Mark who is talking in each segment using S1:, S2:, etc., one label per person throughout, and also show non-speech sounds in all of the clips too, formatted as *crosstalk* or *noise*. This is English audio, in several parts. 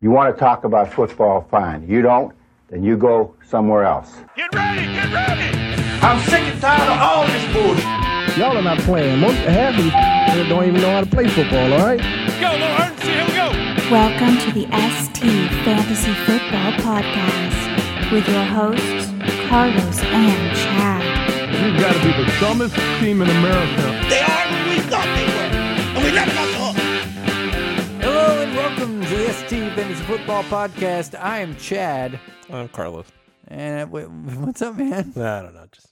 S1: You want to talk about football? Fine. You don't? Then you go somewhere else.
S2: Get ready, get ready!
S3: I'm sick and tired of all this bullshit.
S4: Y'all are not playing. Most half of you don't even know how to play football, all right?
S2: Go, Lil Ernst, here we go!
S5: Welcome to the ST Fantasy Football Podcast with your hosts, Carlos and Chad.
S6: You've got to be the dumbest team in America.
S3: They are what we thought they were, and we let them off the hook.
S7: Hello and welcome to the ST Fantasy Football Podcast. I am Chad.
S8: I'm Carlos.
S7: And uh, wait, *laughs* what's up, man?
S8: Nah, I don't know. Just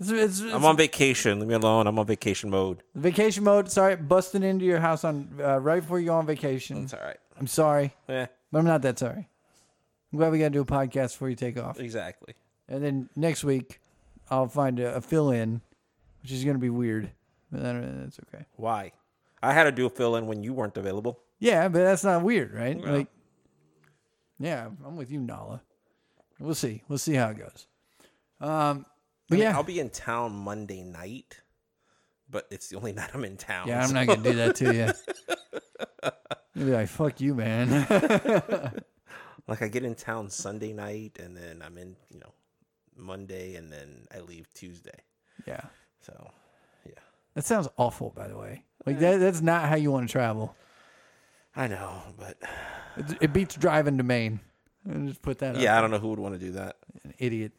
S7: It's, it's, it's
S8: I'm on vacation. Leave me alone. I'm on vacation mode.
S7: vacation mode. Sorry, busting into your house on uh, right before you go on vacation.
S8: It's all right.
S7: I'm sorry,
S8: Yeah,
S7: but I'm not that sorry. I'm glad we got to do a podcast before you take off.
S8: exactly.
S7: And then next week, I'll find a, a fill in, which is going to be weird, but I don't- that's okay.
S8: Why? I had to do a fill in when you weren't available.
S7: Yeah, but that's not weird, right? Like, yeah, I'm with you, Nala. We'll see. We'll see how it goes. Um, but yeah,
S8: I'll be in town Monday night, but it's the only *laughs* night I'm in town.
S7: yeah, I'm
S8: so-
S7: not gonna do that to you.
S8: *laughs*
S7: You'll be like, "Fuck you, man." *laughs*
S8: Like I get in town Sunday night, and then I'm in, you know, Monday, and then I leave Tuesday.
S7: yeah,
S8: So, yeah,
S7: that sounds awful. By the way, like that—that's not how you want to travel.
S8: I know, but
S7: It, it beats driving to Maine. And just put that.
S8: yeah,
S7: up.
S8: I don't know who would want to do that.
S7: an idiot.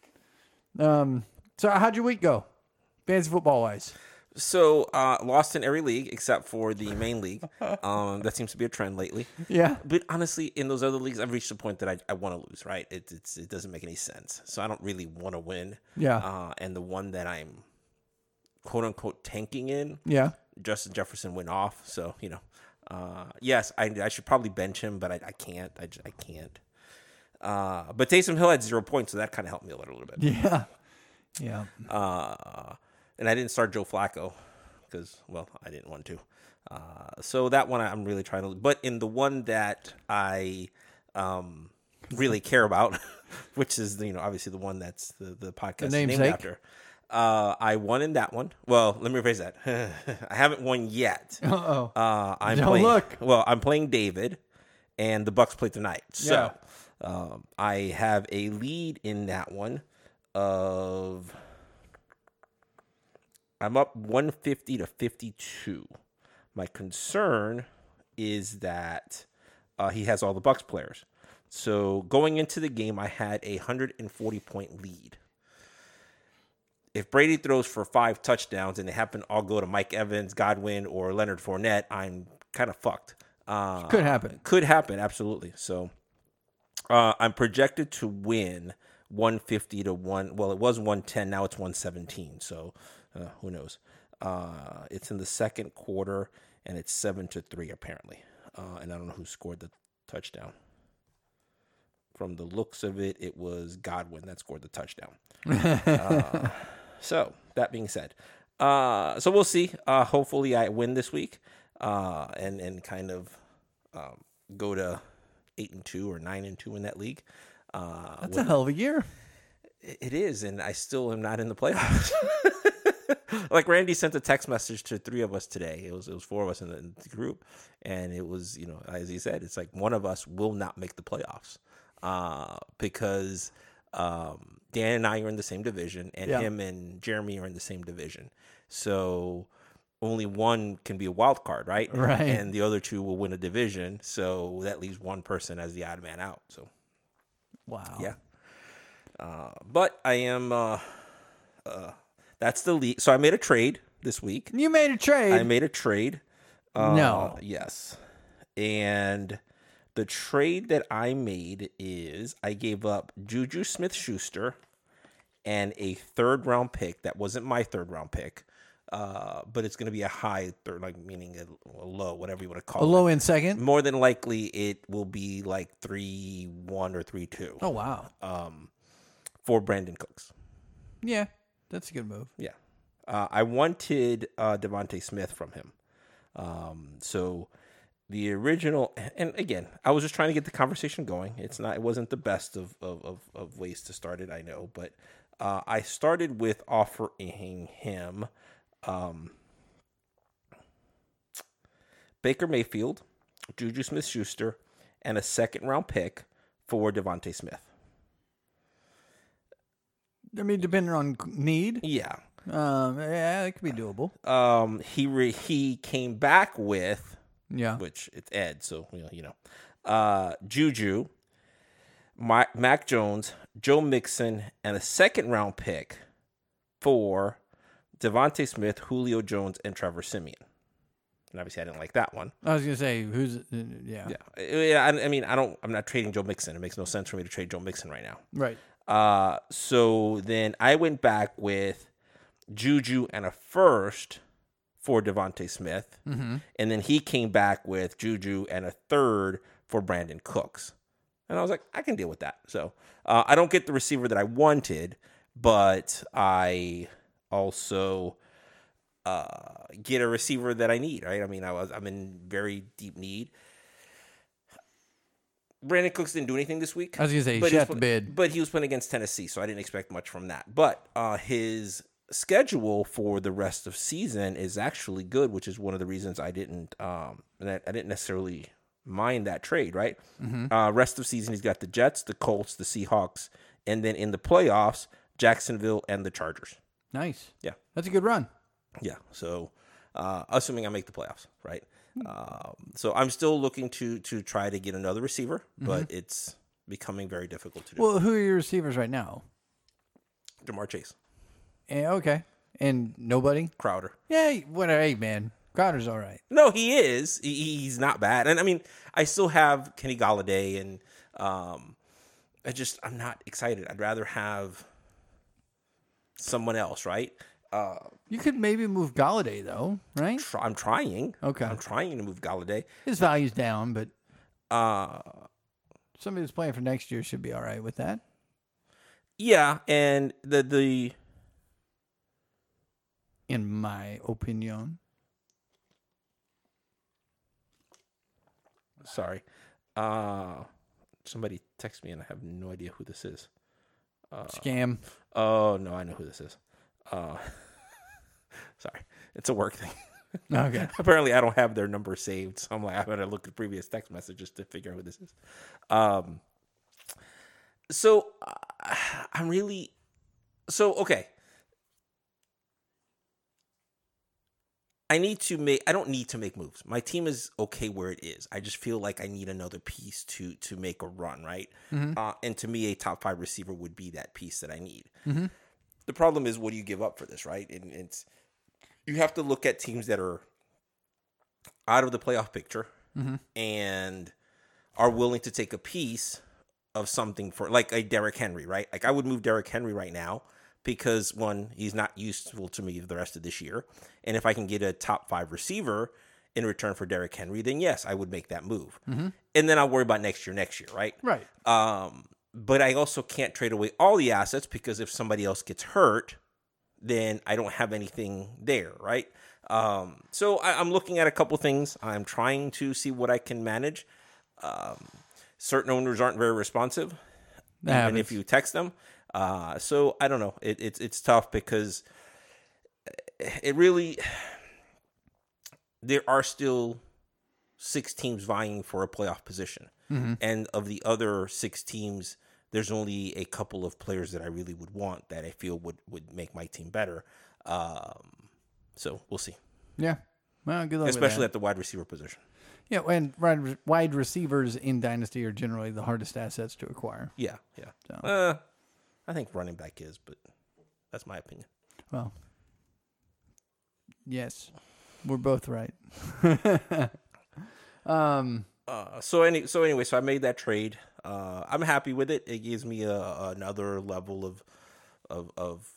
S7: Um, so how'd your week go, fantasy football wise?
S8: So, uh, lost in every league except for the main
S7: *laughs*
S8: league. Um, that seems to be a trend lately.
S7: Yeah,
S8: But honestly, in those other leagues, I've reached the point that I, I want to lose. Right? It, it's it doesn't make any sense. So I don't really want to win.
S7: Yeah.
S8: Uh, and the one that I'm quote unquote tanking in, *laughs*
S7: yeah.
S8: Justin Jefferson went off. So you know, uh, yes, I, I should probably bench him, but I, I can't. I, j- I can't. Uh, but Taysom Hill had zero points, so that kind of helped me a little, little bit.
S7: Yeah. Yeah.
S8: Uh, and I didn't start Joe Flacco because, well, I didn't want to. Uh, so that one I'm really trying to. But in the one that I um, really care about, *laughs* which is you know obviously the one that's the the podcast is named
S7: namesake?
S8: after. Uh, I won in that one. Well, let me rephrase that. *laughs* I haven't won yet.
S7: *laughs* Uh-oh.
S8: Uh, I'm
S7: Don't
S8: playing.
S7: look.
S8: Well, I'm playing David, and the Bucks play tonight. So um, I have a lead in that one. Of I'm up 150 to 52. My concern is that uh, he has all the Bucks players. So going into the game, I had a 140 point lead if Brady throws for five touchdowns and they happen to all go to Mike Evans, Godwin, or Leonard Fournette, I'm kind of fucked. Uh,
S7: Could happen.
S8: Could happen, absolutely. So uh, I'm projected to win 150 to one. Well, it was 110, now it's 117. So uh, who knows? Uh, it's in the second quarter and it's seven to three apparently. Uh, and I don't know who scored the touchdown. From the looks of it, it was Godwin that scored the touchdown. So that being said, uh, so we'll see. Uh, hopefully, I win this week, uh, and and kind of um, go to eight and two or nine and two in that league. Uh,
S7: That's a hell of a year.
S8: it is, and I still am not in the playoffs. *laughs* like Randy sent a text message to three of us today. It was it was four of us in the, in the group, and it was you know as he said, it's like one of us will not make the playoffs uh, because um, Dan and I are in the same division, and
S7: Yeah.
S8: him and Jeremy are in the same division. So only one can be a wild card, right?
S7: Right.
S8: And the other two will win a division, so that leaves one person as the odd man out. So
S7: Wow.
S8: yeah. Uh, but I am. Uh, uh, that's the lead. So I made a trade this week.
S7: You made a trade.
S8: I made a trade. Uh,
S7: No.
S8: Yes. And the trade that I made is I gave up Juju Smith Schuster and a third round pick that wasn't my third round pick. Uh, but it's going to be a high third, like meaning a, a low, whatever you want to call
S7: a low
S8: it.
S7: end second.
S8: More than likely, it will be like three one or three two
S7: Oh wow.
S8: Uh. for Brandon Cooks.
S7: Yeah, that's a good move.
S8: Yeah. Uh, I wanted uh, Devonte Smith from him. Um, so the original, and again, I was just trying to get the conversation going. It's not, it wasn't the best of of, of, of ways to start it, I know, but uh, I started with offering him um, Baker Mayfield, Juju Smith Schuster, and a second round pick for Devonte Smith.
S7: I mean, depending on need,
S8: Yeah.
S7: um, yeah, it could be doable.
S8: Um, he re- he came back with
S7: Yeah,
S8: which it's Ed, so you know, you know. Uh, Juju, Ma- Mac Jones, Joe Mixon, and a second round pick for Devontae Smith, Julio Jones, and Trevor Simeon. And obviously, I didn't like that one.
S7: I was gonna say who's uh, yeah,
S8: Yeah, yeah. I, I mean, I don't. I'm not trading Joe Mixon. It makes no sense for me to trade Joe Mixon right now.
S7: right.
S8: Uh, so then I went back with Juju and a first for Devonte Smith, and then he came back with Juju and a third for Brandon Cooks, and I was like, I can deal with that. So uh, I don't get the receiver that I wanted, but I also uh, get a receiver that I need. Right? I mean, I was I'm in very deep need. Brandon Cooks didn't do anything this week.
S7: I was gonna say,
S8: but
S7: shut
S8: he's
S7: the
S8: play-
S7: bid.
S8: But he was playing against Tennessee, so I didn't expect much from that. But uh, his schedule for the rest of season is actually good, which is one of the reasons I didn't um, and I, I didn't necessarily mind that trade. Right,
S7: Mm-hmm.
S8: uh, rest of season he's got the Jets, the Colts, the Seahawks, and then in the playoffs, Jacksonville and the Chargers.
S7: Nice.
S8: Yeah.
S7: that's a good run.
S8: Yeah. So, uh, assuming I make the playoffs, right?
S7: Mm-hmm.
S8: Um, so I'm still looking to to try to get another receiver, but it's becoming very difficult to do.
S7: Mm-hmm. Well, who are your receivers right now?
S8: Jamar Chase,
S7: Eh, okay, and nobody.
S8: Crowder.
S7: Yeah, what? Hey, man, Crowder's all right.
S8: No, he is. He, he's not bad, and I mean, I still have Kenny Galladay, and um, I just I'm not excited. I'd rather have someone else, right?
S7: You could maybe move Galladay though, right?
S8: Try, I'm trying.
S7: Okay.
S8: I'm trying to move Galladay.
S7: His value's down, but
S8: Uh,
S7: somebody that's playing for next year should be all right with that.
S8: yeah, and the the
S7: in my opinion.
S8: Sorry. Uh somebody text me and I have no idea who this is. Uh.
S7: Scam. *laughs*
S8: Oh no, I know who this is. Uh *laughs* sorry. It's a work thing.
S7: Okay.
S8: *laughs* Apparently I don't have their number saved, so I'm like I better look at previous text messages to figure out who this is. Um so uh, I'm really so okay. I need to make I don't need to make moves. My team is okay where it is. I just feel like I need another piece to to make a run, right? Uh, and to me a top 5 receiver would be that piece that I need. The problem is what do you give up for this, right? And it's you have to look at teams that are out of the playoff picture and are willing to take a piece of something for like a Derrick Henry, right? Like I would move Derrick Henry right now because one, he's not useful to me the rest of this year. And if I can get a top five receiver in return for Derrick Henry, then yes, I would make that move. And then I'll worry about next year, next year, right?
S7: Right.
S8: Um, but I also can't trade away all the assets because if somebody else gets hurt, then I don't have anything there, right? Um, so I, I'm looking at a couple things. I'm trying to see what I can manage. Um, certain owners aren't very responsive,
S7: That
S8: and
S7: happens.
S8: if you text them, uh, so I don't know. It, it's it's tough because it really there are still six teams vying for a playoff position. And of the other six teams, there's only a couple of players that I really would want that I feel would, would make my team better. Um, so we'll see,
S7: yeah. Well, good luck. with
S8: especially
S7: that.
S8: at the wide receiver position.
S7: yeah, and wide, wide receivers in dynasty are generally the hardest assets to acquire.
S8: Yeah, yeah. Uh, I think running back is, but that's my opinion.
S7: Well, yes, we're both right. *laughs* um,
S8: Uh, so any so anyway, so I made that trade. Uh, I'm happy with it. It gives me a, another level of of of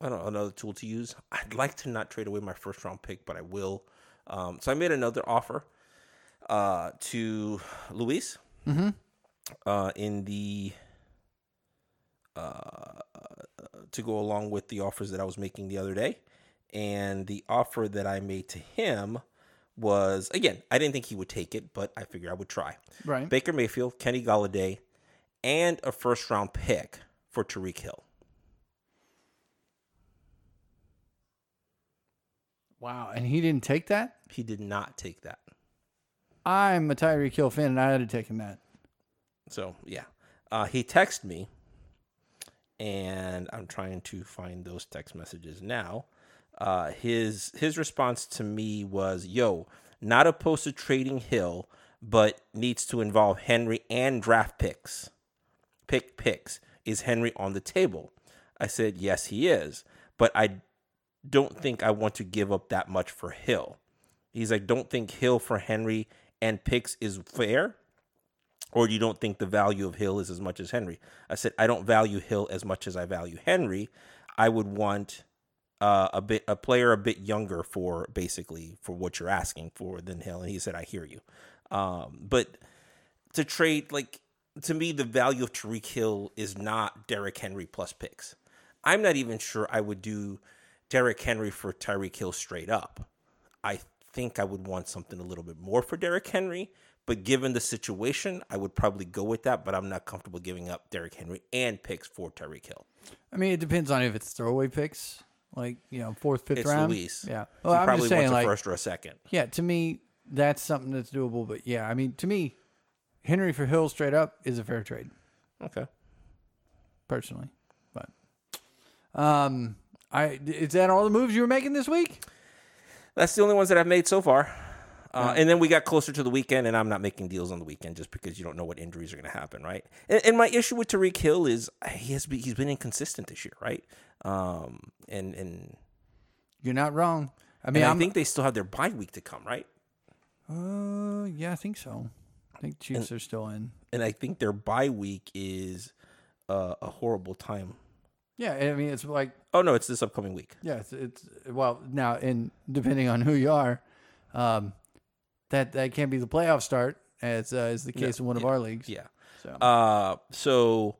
S8: I don't know another tool to use. I'd like to not trade away my first round pick, but I will. Um, so I made another offer uh, to Luis uh, in the uh, to go along with the offers that I was making the other day, and the offer that I made to him was again I didn't think he would take it, but I figured I would try.
S7: right.
S8: Baker Mayfield, Kenny Galladay, and a first round pick for Tariq Hill.
S7: wow. And he didn't take that?
S8: He did not take that.
S7: I'm a Tyreek Hill fan, and I had to taken that.
S8: So yeah, uh, he texted me, and I'm trying to find those text messages now. Uh, his his response to me was, "Yo, not opposed to trading Hill, but needs to involve Henry and draft picks. Pick picks. Is Henry on the table?" I said, "Yes, he is, but I don't think I want to give up that much for Hill." He's like, "Don't think Hill for Henry and picks is fair." or you don't think the value of Hill is as much as Henry. I said I don't value Hill as much as I value Henry. I would want uh, a bit a player a bit younger for basically for what you're asking for than Hill. And he said I hear you, um, but to trade like to me the value of Tariq Hill is not Derrick Henry plus picks. I'm not even sure I would do Derrick Henry for Tyreek Hill straight up. I think I would want something a little bit more for Derrick Henry, but given the situation, I would probably go with that, but I'm not comfortable giving up Derrick Henry and picks for Tyreek Hill.
S7: I mean, it depends on if it's throwaway picks, like you know, fourth, fifth
S8: It's
S7: round.
S8: Luis.
S7: Yeah.
S8: He
S7: Well, I'm
S8: probably
S7: just saying,
S8: wants
S7: like,
S8: a first or a second.
S7: yeah, to me, that's something that's doable. But yeah, I mean, to me, Henry for Hill straight up is a fair trade,
S8: Okay.
S7: personally. But um, I is that all the moves you were making this week?
S8: That's the only ones that I've made so far. Uh, and then we got closer to the weekend, and I'm not making deals on the weekend just because you don't know what injuries are going to happen, right? And, and my issue with Tariq Hill is uh, he has been, he's been inconsistent this year, right? Um, and and,
S7: You're not wrong. I
S8: and
S7: mean,
S8: I
S7: I'm,
S8: think they still have their bye week to come, right?
S7: Uh, yeah, I think so. I think Chiefs are still in.
S8: And I think their bye week is uh, a horrible time.
S7: Yeah, I mean, it's like
S8: Oh no, it's this upcoming week.
S7: Yeah, it's, it's well now, and depending on who you are, um, that that can be the playoff start, as uh, is the case in one of our leagues.
S8: Yeah.
S7: So.
S8: Uh, so,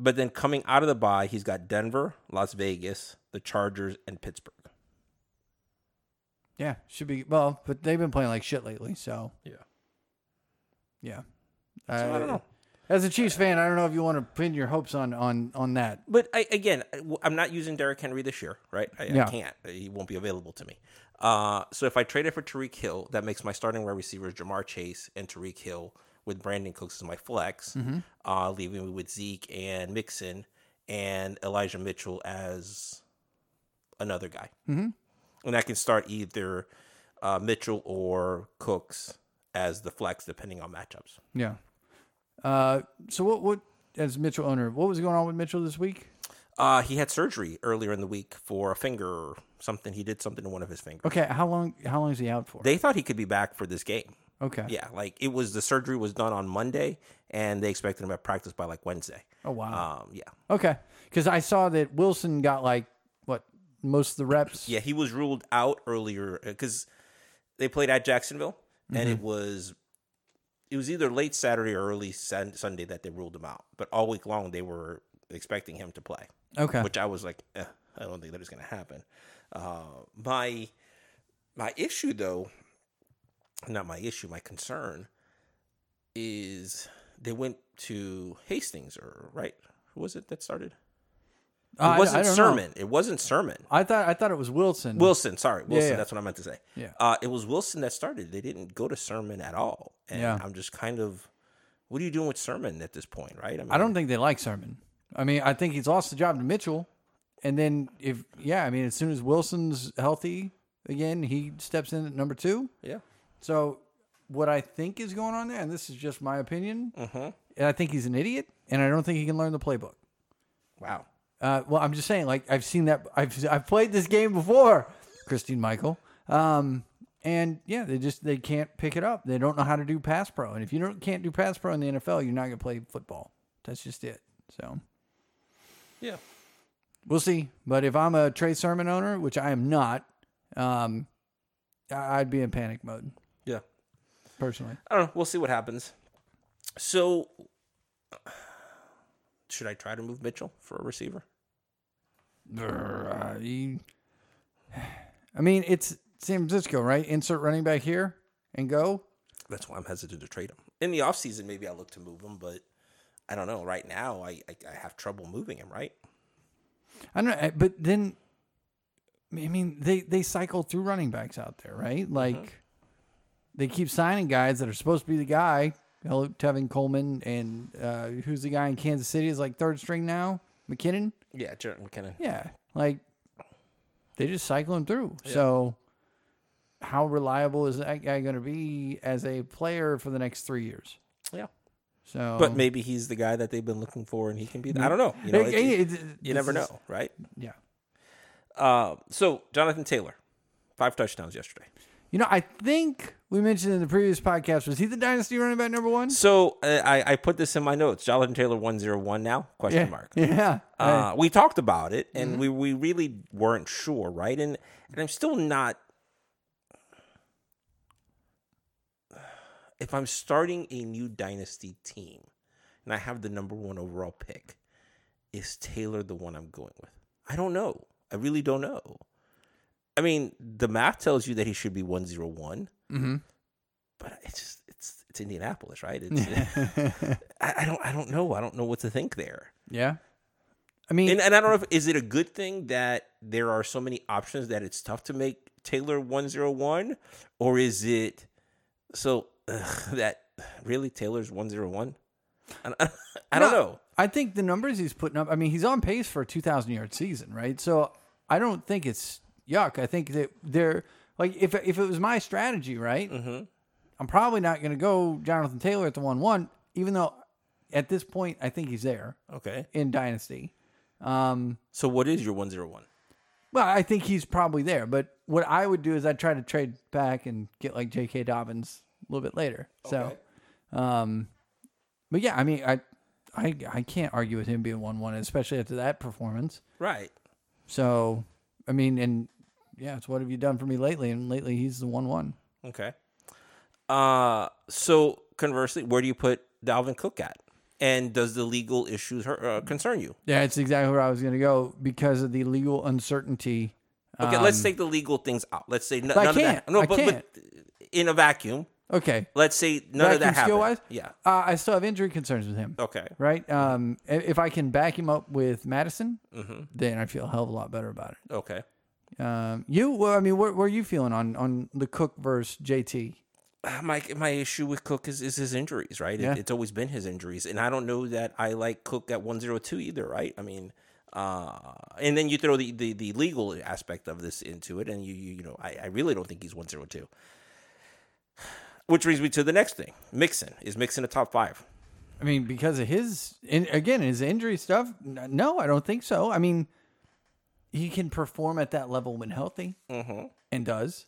S8: but then coming out of the bye, he's got Denver, Las Vegas, the Chargers, and Pittsburgh.
S7: yeah, should be well, but they've been playing like shit lately. So
S8: Yeah.
S7: yeah,
S8: I don't know.
S7: As a Chiefs fan, I don't know if you want to pin your hopes on on on that.
S8: But I, again, I- I'm not using Derrick Henry this year, right? I,
S7: Yeah.
S8: I can't. He won't be available to me. Uh, so if I trade it for Tariq Hill, that makes my starting wide receivers Jamar Chase and Tariq Hill with Brandon Cooks as my flex, uh, leaving me with Zeke and Mixon and Elijah Mitchell as another guy. And I can start either uh, Mitchell or Cooks as the flex, depending on matchups.
S7: Yeah. Uh, so what what as Mitchell owner, what was going on with Mitchell this week?
S8: Uh, he had surgery earlier in the week for a finger or something. He did something to one of his fingers.
S7: Okay, how long how long is he out for?
S8: They thought he could be back for this game.
S7: okay.
S8: Yeah, like it was the surgery was done on Monday, and they expected him at practice by like Wednesday.
S7: Oh wow.
S8: Um, yeah,
S7: Uh, okay, because I saw that Wilson got like what most of the reps.
S8: yeah, he was ruled out earlier because they played at Jacksonville, and
S7: Mm-hmm.
S8: it was it was either late Saturday or early sun- Sunday that they ruled him out. But all week long, they were expecting him to play.
S7: Okay.
S8: which I was like, eh, I don't think that is going to happen. Uh, my my issue, though, not my issue, my concern is they went to Hastings, or right? Who was it that started? It
S7: Uh, I- I
S8: wasn't
S7: don't know.
S8: Sermon. It wasn't Sermon.
S7: I thought I thought it was Wilson.
S8: Wilson, sorry, Wilson.
S7: yeah.
S8: That's what I meant to say.
S7: Yeah.
S8: uh, it was Wilson that started. They didn't go to Sermon at all, and
S7: Yeah.
S8: I'm just kind of, what are you doing with Sermon at this point, right? mean,
S7: I don't think they like Sermon. I mean, I think he's lost the job to Mitchell, and then if yeah, I mean, as soon as Wilson's healthy again, he steps in at number two.
S8: Yeah,
S7: So what I think is going on there, and this is just my opinion,
S8: Mm-hmm.
S7: and I think he's an idiot, and I don't think he can learn the playbook.
S8: wow.
S7: Uh, well, I'm just saying, like I've seen that. I've I've played this game before, Christine Michael. Um, and yeah, they just they can't pick it up. They don't know how to do pass pro. And if you don't can't do pass pro in the NFL, you're not gonna play football. That's just it. So
S8: Yeah,
S7: we'll see. But if I'm a Trey Sermon owner, which I am not, um, I- I'd be in panic mode
S8: yeah.
S7: personally. *sighs*
S8: I don't know. We'll see what happens. So, should I try to move Mitchell for a receiver?
S7: Brr, you- I mean, it's San Francisco, right? Insert running back here and go.
S8: That's why I'm hesitant to trade him. In the offseason, maybe I look to move him, but I don't know. Right now, I, I, I have trouble moving him, right?
S7: I don't know, eh, but then
S8: Mm-hmm.
S7: I mean they they cycle through running backs out there, right? Like they keep signing guys that are supposed to be the guy. Hello, Tevin Coleman, and uh, who's the guy in Kansas City is like third string now, McKinnon.
S8: Yeah, Jared McKinnon.
S7: Yeah, like they just cycle him through. So, how reliable is that guy going to be as a player for the next three years?
S8: Yeah. Um,
S7: So,
S8: But maybe he's the guy that they've been looking for, and he can be. The, I don't know. You know,
S7: Hey,
S8: it's-
S7: hey,
S8: it's-
S7: it- this
S8: you never
S7: is-
S8: know, right?
S7: yeah,
S8: Uh, so Jonathan Taylor, five touchdowns yesterday.
S7: you know, I think we mentioned in the previous podcast was he the dynasty running back number one?
S8: So uh, I, I put this in my notes. Jonathan Taylor one zero one now question
S7: Yeah,
S8: mark.
S7: yeah.
S8: Uh, we talked about it, and we, we really weren't sure, right? And and I'm still not. If I'm starting a new dynasty team, and I have the number one overall pick, is Taylor the one I'm going with? I don't know. I really don't know. I mean, the math tells you that he should be one zero one, but it's just it's it's Indianapolis, right? It's, I, I don't I don't know. I don't know what to think there.
S7: yeah. I mean,
S8: And, and I don't know if is it a good thing that there are so many options that it's tough to make Taylor 101 or is it so ugh, that really Taylor's 101? I, *laughs* don't- I don't
S7: No,
S8: know.
S7: I think the numbers he's putting up. I mean, he's on pace for a two thousand yard season, right? So I don't think it's yuck. I think that they're like if if it was my strategy, right?
S8: Mm-hmm.
S7: I'm probably not going to go Jonathan Taylor at the one one, even though at this point I think he's there
S8: Okay.
S7: in Dynasty.
S8: So what is your 101?
S7: Well, I think he's probably there, but what I would do is I'd try to trade back and get like J.K. Dobbins a little bit later. So, um, but yeah, I mean, I, I, I can't argue with him being one one, especially after that performance.
S8: Right.
S7: So, I mean, and yeah, it's what have you done for me lately? And lately, he's the one one.
S8: Okay. Uh so conversely, where do you put Dalvin Cook at? And does the legal issues hurt, uh, concern you?
S7: Yeah, it's exactly where I was going to go because of the legal uncertainty.
S8: Okay, let's take the legal things out. Let's say n- none
S7: Um, I
S8: of that.
S7: can't. I
S8: but in a vacuum,
S7: Okay,
S8: let's say none of that
S7: Vacuum
S8: happened.
S7: skill-wise?
S8: Yeah.
S7: uh, I still have injury concerns with him.
S8: Okay.
S7: right? Um, i- if I can back him up with Madison,
S8: Mm-hmm.
S7: then I feel a hell of a lot better about it.
S8: Okay.
S7: Um, you, well, I mean, where, where are you feeling on on the Cook versus JT?
S8: Ah, my my issue with Cook is, is his injuries, right? It-
S7: Yeah.
S8: it's always been his injuries, and I don't know that I like Cook at one zero two either, right? I mean, uh, and then you throw the, the, the legal aspect of this into it, and you you, you know I, I really don't think he's one zero two. Which brings me to the next thing: Mixon is Mixon a top five?
S7: I mean, because of his, in, again, his injury stuff. n- No, I don't think so. I mean, he can perform at that level when healthy,
S8: Mm-hmm.
S7: and does.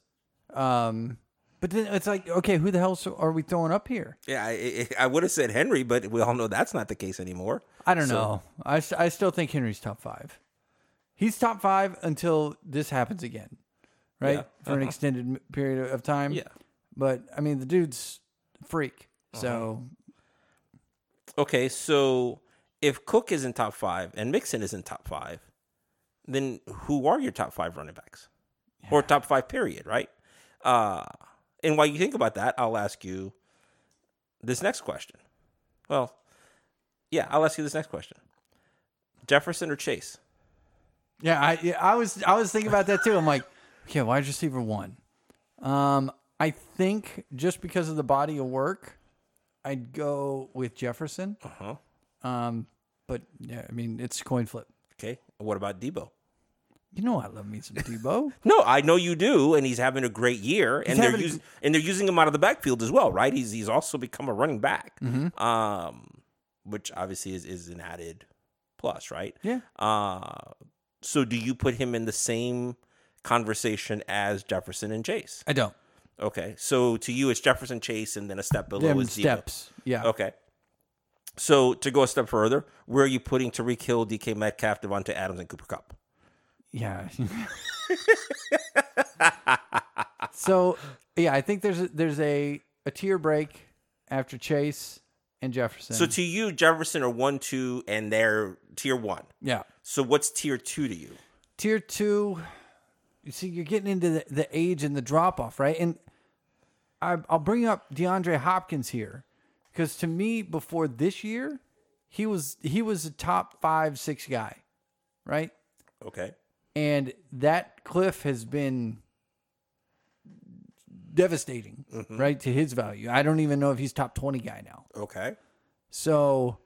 S7: Um, but then it's like, okay, who the hell so- are we throwing up here?
S8: Yeah, I, I I would have said Henry, but we all know that's not the case anymore.
S7: I don't
S8: So-
S7: know. I, s- I still think Henry's top five. He's top five until this happens again, right?
S8: Yeah.
S7: For
S8: Uh-huh.
S7: an extended m- period of time.
S8: Yeah.
S7: But I mean, the dude's a freak.
S8: Uh-huh.
S7: So
S8: Okay, so if Cook is in top five and Mixon is in top five, then who are your top five running backs? Or top five, period, right? Uh, and while you think about that, I'll ask you this next question. Well, yeah, I'll ask you this next question Jefferson or Chase?
S7: yeah, I yeah, I was I was thinking about that too. I'm like, *laughs* okay, wide receiver one. Um, I think just because of the body of work, I'd go with Jefferson. Uh huh. Um, but yeah, I mean, it's a coin flip.
S8: Okay, what about Debo?
S7: You know, I love me some
S8: *laughs*
S7: Debo.
S8: No, I know you do, and he's having a great year, and they're
S7: having a
S8: us- and they're using him out of the backfield as well, right? He's he's also become a running back,
S7: Mm-hmm.
S8: um, which obviously is, is an added plus, right?
S7: Yeah.
S8: Uh, so do you put him in the same conversation as Jefferson and Chase?
S7: I don't.
S8: Okay, so to you, it's Jefferson, Chase, and then a step below
S7: Them
S8: is Debo.
S7: steps. Yeah.
S8: Okay. So to go a step further, where are you putting Tariq Hill, DK Metcalf, Devonta Adams, and Cooper Cup?
S7: Yeah. so yeah, I think there's a, there's a a tier break after Chase and Jefferson.
S8: So to you, Jefferson are one, two, and they're tier one.
S7: yeah,
S8: So what's tier two to you?
S7: tier two. You see, you're getting into the, the age and the drop off, right? And I, I'll bring up DeAndre Hopkins here because to me, before this year, he was he was a top five six guy, right?
S8: Okay.
S7: and that cliff has been devastating,
S8: Mm-hmm.
S7: right, to his value. I don't even know if he's top 20 guy now.
S8: Okay.
S7: So,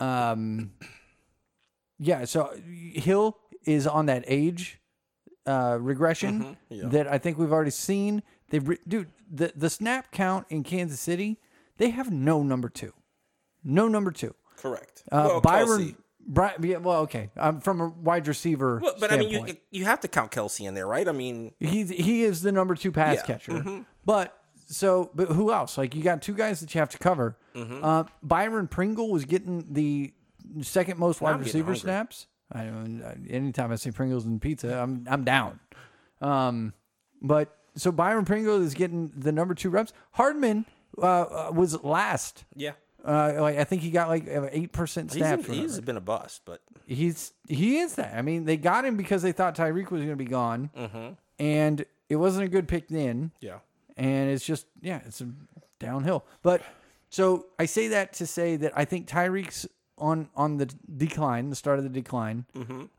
S7: um, *clears throat* yeah. So Hill is on that age uh, regression
S8: Mm-hmm.
S7: that I think we've already seen. They re- dude the the snap count in Kansas City. They have no number two, no number two.
S8: Correct.
S7: Uh,
S8: well,
S7: Byron.
S8: Kelsey.
S7: Bry- yeah, well, okay. I'm from a wide receiver.
S8: Well, but I mean, you
S7: standpoint.
S8: you have to count Kelsey in there, right? I mean,
S7: He's he is the number two pass
S8: Yeah. Mm-hmm.
S7: catcher. But so, but who else? Like you got two guys that you have to cover.
S8: Mm-hmm.
S7: Uh, Byron Pringle was getting the second most wide
S8: I'm getting
S7: receiver
S8: hungry.
S7: snaps. I don't. I- Anytime I see Pringles and pizza, I'm I'm down. Um, but so Byron Pringle is getting the number two reps. Hardman uh, uh, was last.
S8: yeah,
S7: Uh, like I think he got like uh, eight percent
S8: he's,
S7: snaps. or whatever
S8: he's been a bust, but
S7: he's he is that. I mean, they got him because they thought Tyreek was going to be gone, and it wasn't a good pick then.
S8: yeah,
S7: And it's just yeah, it's a downhill. But so I say that to say that I think Tyreek's on on the decline, the start of the decline.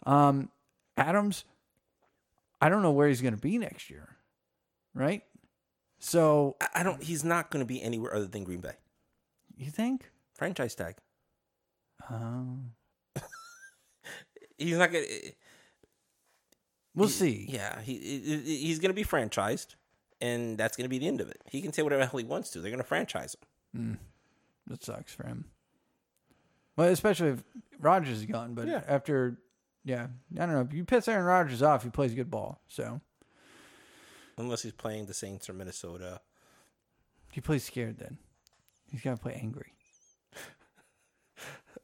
S7: Um, Adams, I don't know where he's going to be next year, right? So
S8: I, I don't. He's not going to be anywhere other than Green Bay
S7: you think?
S8: franchise tag.
S7: Um,
S8: He's not going. to
S7: we'll see.
S8: Yeah, he he- he- he's going to be franchised, and that's going to be the end of it. He can say whatever the hell he wants to. They're going to franchise him.
S7: That sucks for him. Well, especially if Rodgers is gone. But
S8: Yeah.
S7: after, yeah, I don't know. If you piss Aaron Rodgers off, he plays good ball. So
S8: unless he's playing the Saints or Minnesota.
S7: he plays scared then. He's got to play angry.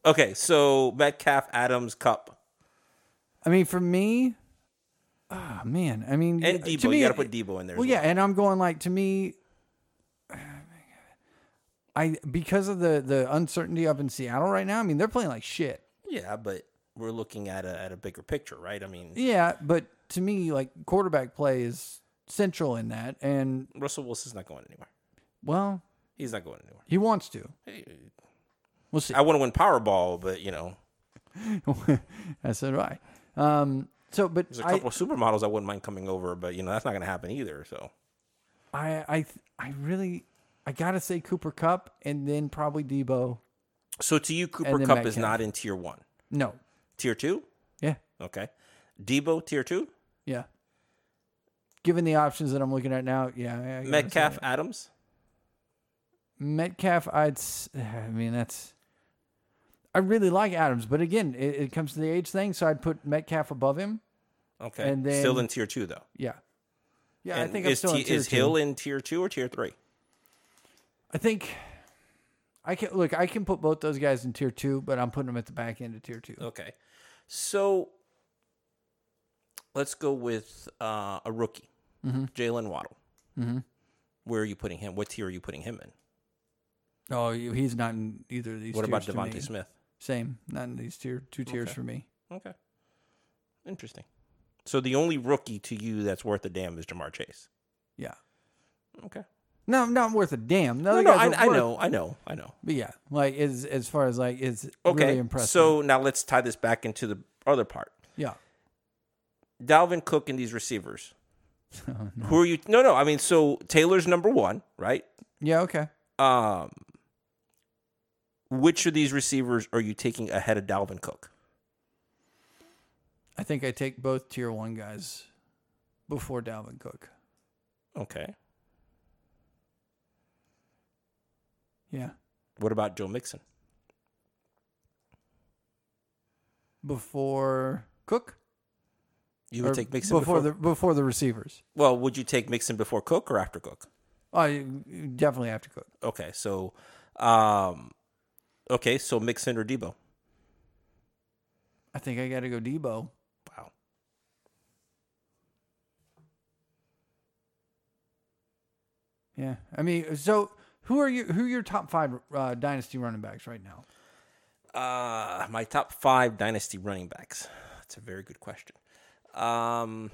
S8: Okay, so Metcalf, Adams, Cup,
S7: I mean, for me, ah, man. I mean,
S8: and
S7: yeah,
S8: Debo.
S7: to me,
S8: you got to put Debo in there.
S7: Well,
S8: as
S7: yeah, and I'm going like to me, I because of the the uncertainty up in Seattle right now. I mean, they're playing like shit.
S8: yeah, but we're looking at a at a bigger picture, right? I mean,
S7: Yeah, but to me, like quarterback play is central in that. And
S8: Russell Wilson's not going anywhere.
S7: well,
S8: He's not going anywhere.
S7: He wants to. We'll see.
S8: I want to win Powerball, but you know,
S7: *laughs* That's so do I. Um, so, but
S8: there's a
S7: I,
S8: couple of supermodels I wouldn't mind coming over, but you know that's not going to happen either. So
S7: I, I, th- I really, I gotta say Cooper Cup, and then probably Debo.
S8: so to you, Cooper
S7: then
S8: Cup
S7: Metcalf.
S8: is not in tier one,
S7: No,
S8: tier two.
S7: yeah,
S8: Okay, Debo tier two,
S7: yeah. Given the options that I'm looking at now, yeah, I- I gotta say
S8: Metcalf,
S7: it.
S8: Adams.
S7: Metcalf, I'd. s- I mean, that's. I really like Adams, but again, it, it comes to the age thing, so I'd put Metcalf above him.
S8: Okay,
S7: And then-
S8: still in tier two though.
S7: Yeah, yeah. I
S8: And
S7: think I'm
S8: is,
S7: still
S8: T-
S7: in tier
S8: is
S7: two.
S8: Hill in tier two or tier three?
S7: I think I can look. I can put both those guys in tier two, but I'm putting them at the back end of tier two.
S8: Okay. So let's go with uh, a rookie, Jalen Waddle. Mm-hmm. Where are you putting him? What tier are you putting him in?
S7: Oh, you- he's not in either of these.
S8: what about
S7: tiers to me.
S8: Devontae Smith?
S7: Same, not in these tier two tiers for me.
S8: Okay. Interesting. So the only rookie to you that's worth a damn is Jamar Chase.
S7: Yeah,
S8: Okay.
S7: no, not worth a damn. The
S8: No,
S7: other
S8: no,
S7: guys
S8: I, I
S7: are worth-
S8: know, I know, I know.
S7: but yeah, like as as far as like it's
S8: Okay.
S7: really impressive.
S8: So now let's tie this back into the other part.
S7: yeah,
S8: Dalvin Cook and these
S7: *laughs*
S8: receivers.
S7: Oh,
S8: Who are you? No, no. I mean, so Taylor's number one, right?
S7: yeah, okay.
S8: um, which of these receivers are you taking ahead of Dalvin Cook?
S7: I think I take both tier one guys before Dalvin Cook.
S8: Okay.
S7: Yeah,
S8: What about Joe Mixon?
S7: before Cook.
S8: You would
S7: Or
S8: take Mixon
S7: before the before the receivers.
S8: well. Would you take Mixon before Cook or after Cook?
S7: Oh, you- you definitely after Cook.
S8: Okay, so, um, okay, so Mixon or Debo?
S7: I think I got to go Debo.
S8: Wow.
S7: Yeah, I mean, so who are you? Who are your top five uh, dynasty running backs right now?
S8: Uh, my top five dynasty running backs. That's a very good question. Um,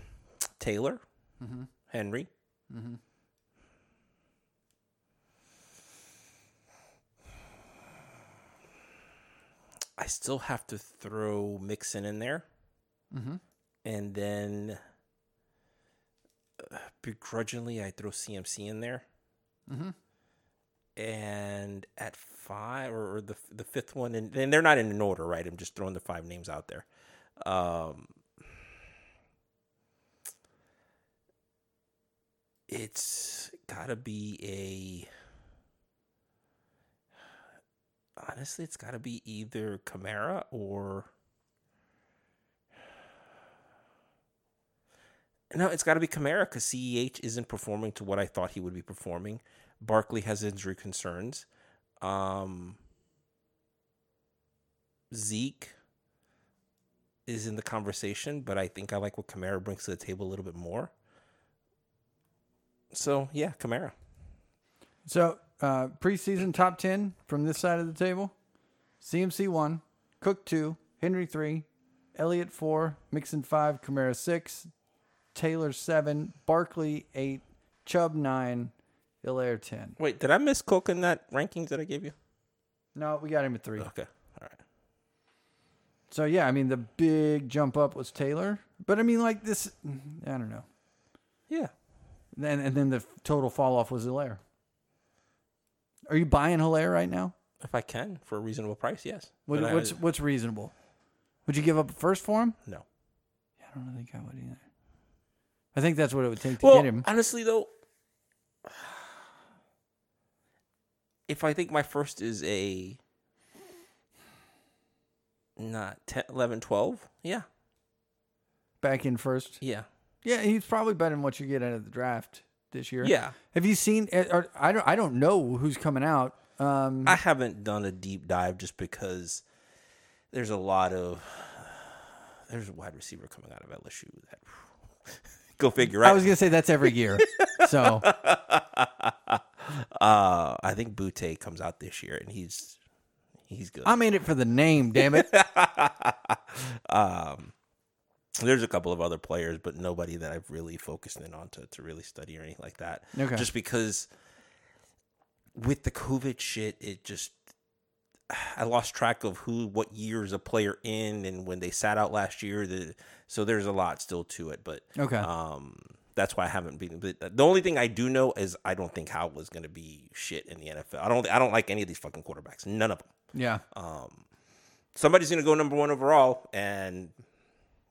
S8: Taylor, Henry, I still have to throw Mixon in there, and then uh, begrudgingly I throw CMC in there. And at five or or the the fifth one, and, and they're not in an order, right? I'm just throwing the five names out there. Um, it's gotta be a. Honestly, it's gotta be either Camara or. No, it's got to be Kamara because CEH E isn't performing to what I thought he would be performing. Barkley has injury concerns. Um, Zeke is in the conversation, but I think I like what Kamara brings to the table a little bit more. So yeah, Kamara.
S7: So uh, preseason top ten from this side of the table: CMC one, Cook two, Henry three, Elliott four, Mixon five, Kamara six, Taylor seven, Barkley eight, Chubb nine, Hilaire ten.
S8: Wait, did I miss Cook in that rankings that I gave you?
S7: No, we got him at three.
S8: Okay, all right.
S7: So yeah, I mean the big jump up was Taylor, but I mean like this, I don't know.
S8: Yeah,
S7: Then and then the total fall off was Hilaire. Are you buying Hilaire right now?
S8: if I can for a reasonable price, yes.
S7: What,
S8: But I-
S7: what's what's reasonable? Would you give up a first for him?
S8: no?
S7: Yeah, I don't think I would either. I think that's what it would take to
S8: well,
S7: get him.
S8: Honestly, though, if I think my first is a not 10, 11, 12, yeah,
S7: Back in first.
S8: yeah.
S7: Yeah, he's probably better than what you get out of the draft this year.
S8: Yeah.
S7: Have you seen? eh, Or, I don't. I don't know who's coming out. Um,
S8: I haven't done a deep dive just because there's a lot of there's a wide receiver coming out of LSU that *laughs* go figure. Right?
S7: I was gonna say that's every
S8: *laughs*
S7: year. so
S8: uh, I think Butte comes out this year and he's he's good.
S7: I'm in it for the name. Damn it.
S8: there's a couple of other players, but nobody that I've really focused in on to, to really study or anything like that.
S7: Okay.
S8: Just because with the COVID shit, it just I lost track of who what year is a player in and when they sat out last year. The, so there's a lot still to it, but
S7: Okay.
S8: um, that's why I haven't been. But the only thing I do know is I don't think Howell was going to be shit in the NFL. I don't. I don't like any of these fucking quarterbacks. None of them
S7: yeah.
S8: uh. somebody's going to go number one overall, and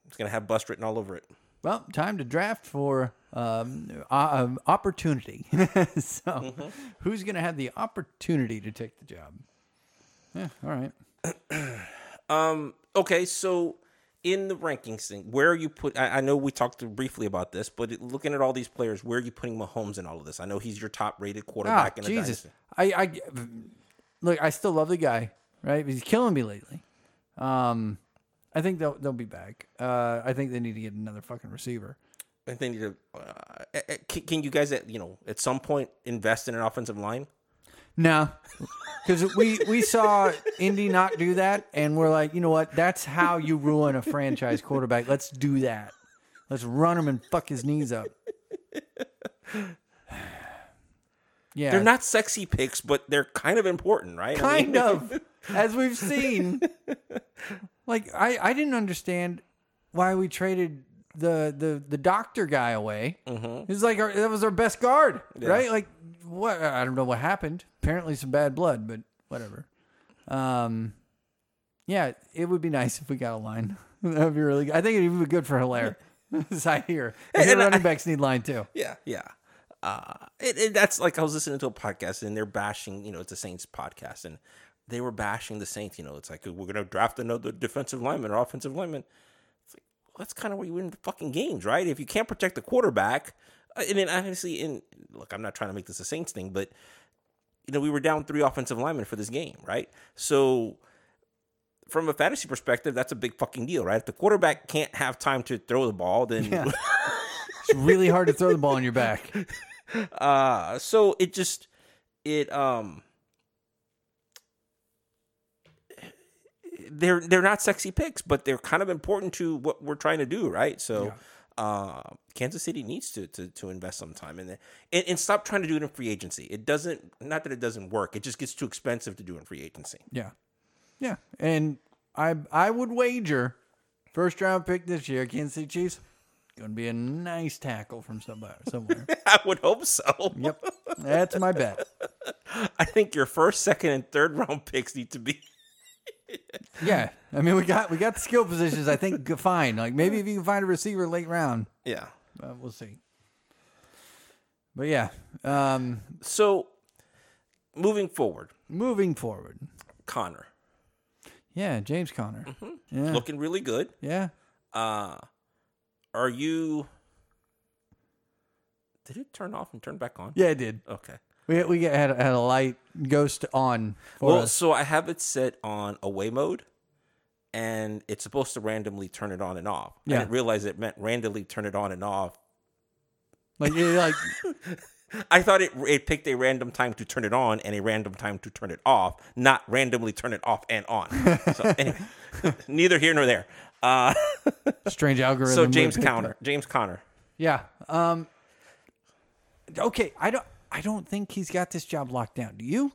S8: it's going to have bust written all over it.
S7: Well, time to draft for um, o- um, opportunity. *laughs* so,
S8: Mm-hmm.
S7: who's going to have the opportunity to take the job? Yeah, all right.
S8: Okay, so in the rankings thing, where are you put? I, I know we talked briefly about this, but it- looking at all these players, where are you putting Mahomes in all of this? I know he's your top rated
S7: Ah,
S8: quarterback in the
S7: Jesus.
S8: dynasty.
S7: I, I look. I still love the guy, right? He's killing me lately. Um, I think they'll they'll be back. Uh, I think they need to get another fucking receiver.
S8: I think you uh, can, can you guys at you know at some point invest in an offensive line?
S7: No, because we we saw Indy not do that, and we're like, you know what? That's how you ruin a franchise quarterback. Let's do that. Let's run him and fuck his knees up. *sighs* Yeah,
S8: They're not sexy picks, but they're kind of important, right? I mean-
S7: kind of as we've seen. Like I I didn't understand why we traded the the the doctor guy away. Mm-hmm. He's like our, that was our best guard, right? Like what? I don't know what happened. Apparently some bad blood, but whatever. Um, yeah, it would be nice if we got a line. *laughs* that would be really. good. I think it would be good for Hilaire. *laughs* As I hear, I hear
S8: and I-
S7: running backs need line too.
S8: Yeah, yeah. Uh, it, it, that's like I was listening to a podcast and they're bashing, you know, it's a Saints podcast and they were bashing the Saints. You know, it's like we're gonna draft another defensive lineman or offensive lineman. It's like well, that's kind of where you win the fucking games, right? If you can't protect the quarterback, uh, and then honestly, in look, I'm not trying to make this a Saints thing, but you know, we were down three offensive linemen for this game, right? So from a fantasy perspective, that's a big fucking deal, right? If the quarterback can't have time to throw the ball, then
S7: It's really hard to throw the ball on your back.
S8: Uh, so it just it um they're they're not sexy picks, but they're kind of important to what we're trying to do, right? So uh Kansas City needs to to, to invest some time in there. And, and stop trying to do it in free agency. It doesn't not that it doesn't work, it just gets too expensive to do in free agency. *laughs*
S7: Yeah. Yeah. And I I would wager first round pick this year, Kansas City Chiefs, Going to be a nice tackle from somebody somewhere.
S8: *laughs* I would hope so.
S7: yep, that's my bet.
S8: *laughs* I think your first, second, and third *laughs* round picks need to be.
S7: Yeah, I mean we got we got the skill positions. I think g- fine. Like maybe if you can find a receiver late round,
S8: Yeah.
S7: uh, we'll see. But yeah, um,
S8: So, moving forward,
S7: moving forward.
S8: Connor
S7: Yeah, James Conner.
S8: Mm-hmm.
S7: Yeah,
S8: looking really good.
S7: yeah.
S8: Are you? Did it turn off and turn back on?
S7: Yeah, it did.
S8: Okay.
S7: We we get, had, a- had a light ghost on for
S8: Well,
S7: us.
S8: so I have it set on away mode, and it's supposed to randomly turn it on and off.
S7: Yeah.
S8: I didn't realize it meant randomly turn it on and off.
S7: Like it, like
S8: I thought it it picked a random time to turn it on and a random time to turn it off, not randomly turn it off and on.
S7: *laughs*
S8: So anyway, *laughs* neither here nor there. Uh,
S7: strange algorithm.
S8: *laughs* so
S7: we
S8: James
S7: picked
S8: Conner,
S7: up.
S8: James Conner.
S7: Yeah. Um. Okay, I don't I don't think he's got this job locked down. Do you?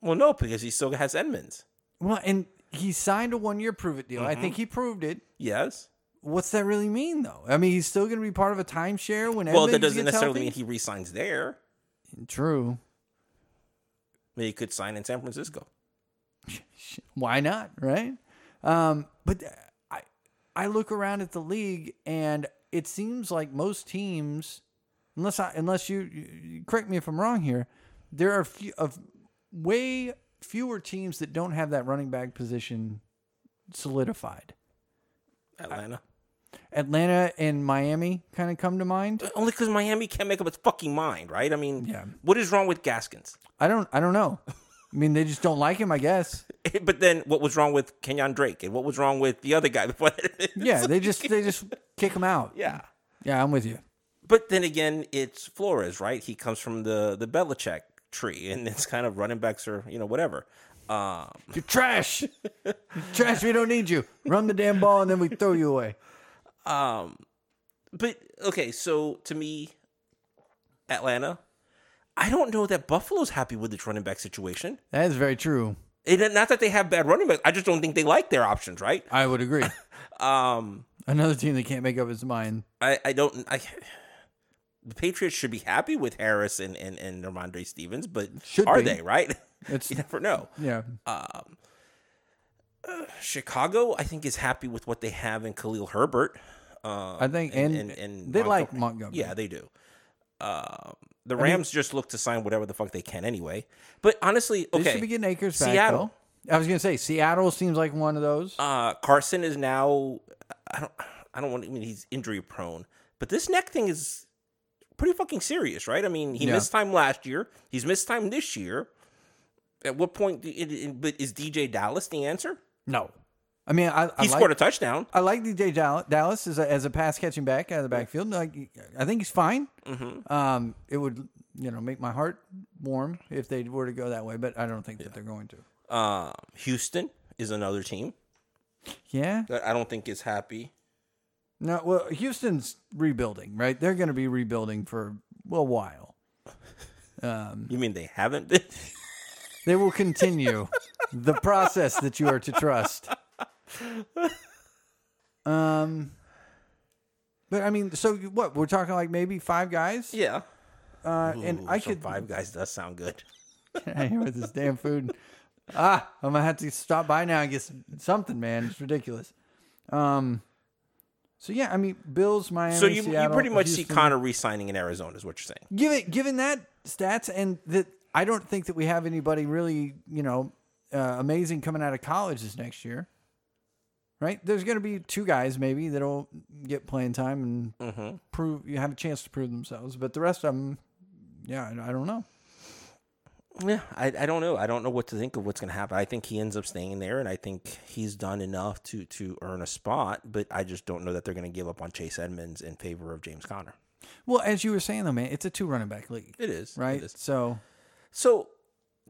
S8: Well, no, because he still has Edmonds.
S7: Well, and he signed a one year prove it deal. I
S8: Mm-hmm.
S7: think he proved it.
S8: Yes.
S7: What's that really mean, though? I mean, he's still going to be part of a timeshare when
S8: well, that
S7: everybody
S8: doesn't
S7: gets
S8: necessarily mean
S7: healthy?
S8: he resigns there.
S7: True.
S8: I mean, he could sign in San Francisco.
S7: Why not, right? Um, but I I look around at the league, and it seems like most teams, unless I unless you, you correct me if I'm wrong here, there are few, of way fewer teams that don't have that running back position solidified.
S8: Atlanta.
S7: Atlanta and Miami kind of come to mind.
S8: Only because Miami can't make up its fucking mind, right? I mean,
S7: Yeah.
S8: what is wrong with Gaskins? *laughs*
S7: I don't I don't know. I mean, they just don't like him, I guess.
S8: But then, what was wrong with Kenyon Drake, and what was wrong with the other guy *laughs* before that?
S7: Yeah, they just they just kick him out.
S8: yeah.
S7: Yeah, I'm with you.
S8: But then again, it's Flores, right? He comes from the the Belichick tree, and it's kind of running backs or you know whatever. Um,
S7: You're trash. You're trash. We don't need you. Run the damn ball and then we throw you away.
S8: but okay, so to me, Atlanta, I don't know that Buffalo's happy with its running back situation.
S7: That is very true.
S8: It, not that they have bad running backs, I just don't think they like their options, right?
S7: I would agree.
S8: *laughs* Um,
S7: Another team that can't make up its mind.
S8: I, I don't I the Patriots should be happy with Harris and and, and Ramondre Stevens, but
S7: Should
S8: are
S7: be.
S8: they right? *laughs*
S7: It's-
S8: you never know.
S7: Yeah.
S8: Uh, Chicago, I think, is happy with what they have in Khalil Herbert. Uh,
S7: I think- and they like Montgomery.
S8: Yeah, they do. Um the Rams just look to sign whatever the fuck they can anyway. But honestly, okay,
S7: They should be getting Acres back.
S8: Seattle.
S7: though. I was gonna say Seattle seems like one of those.
S8: uh, Carson is now. I don't. I don't want. I mean, he's injury prone, but this neck thing is pretty fucking serious, right? I mean, he
S7: Yeah.
S8: missed time last year. He's missed time this year. At what point? do- It, it- but is DJ Dallas the answer?
S7: no. I mean I, I
S8: He
S7: like
S8: scored a touchdown.
S7: I like DJ Dal- Dallas as a, as a pass catching back out of the backfield. Like, I think he's fine.
S8: Mm-hmm.
S7: Um, it would you know make my heart warm if they were to go that way, but I don't think that they're going to.
S8: Uh, Houston is another team
S7: Yeah.
S8: that I don't think is happy.
S7: No. Well, Houston's rebuilding, right? They're going to be rebuilding for a while.
S8: You mean they haven't been? *laughs*
S7: They will continue the process that you are to trust. Um. But I mean, so what? We're talking like maybe five guys,
S8: yeah.
S7: uh, and I
S8: some
S7: could *laughs*
S8: Five Guys does sound good.
S7: out here with this damn food. Ah, I'm gonna have to stop by now and get s- something, man. It's ridiculous. Um, so yeah, I mean, Bills, Miami,
S8: So you, you
S7: Seattle,
S8: pretty much see
S7: Houston.
S8: Connor re-signing in Arizona is what you're saying.
S7: Given given that stats and that, I don't think that we have anybody really, you know, uh, amazing coming out of college this next year. Right? There's going to be two guys maybe that'll get playing time and
S8: Mm-hmm.
S7: prove you have a chance to prove themselves, but the rest of them, yeah, I, I don't know.
S8: Yeah, I, I don't know. I don't know what to think of what's going to happen. I think he ends up staying there, and I think he's done enough to to earn a spot. But I just don't know that they're going to give up on Chase Edmonds in favor of James Conner.
S7: Well, as you were saying though, man, it's a two running back league.
S8: It is
S7: right?
S8: It is.
S7: So,
S8: So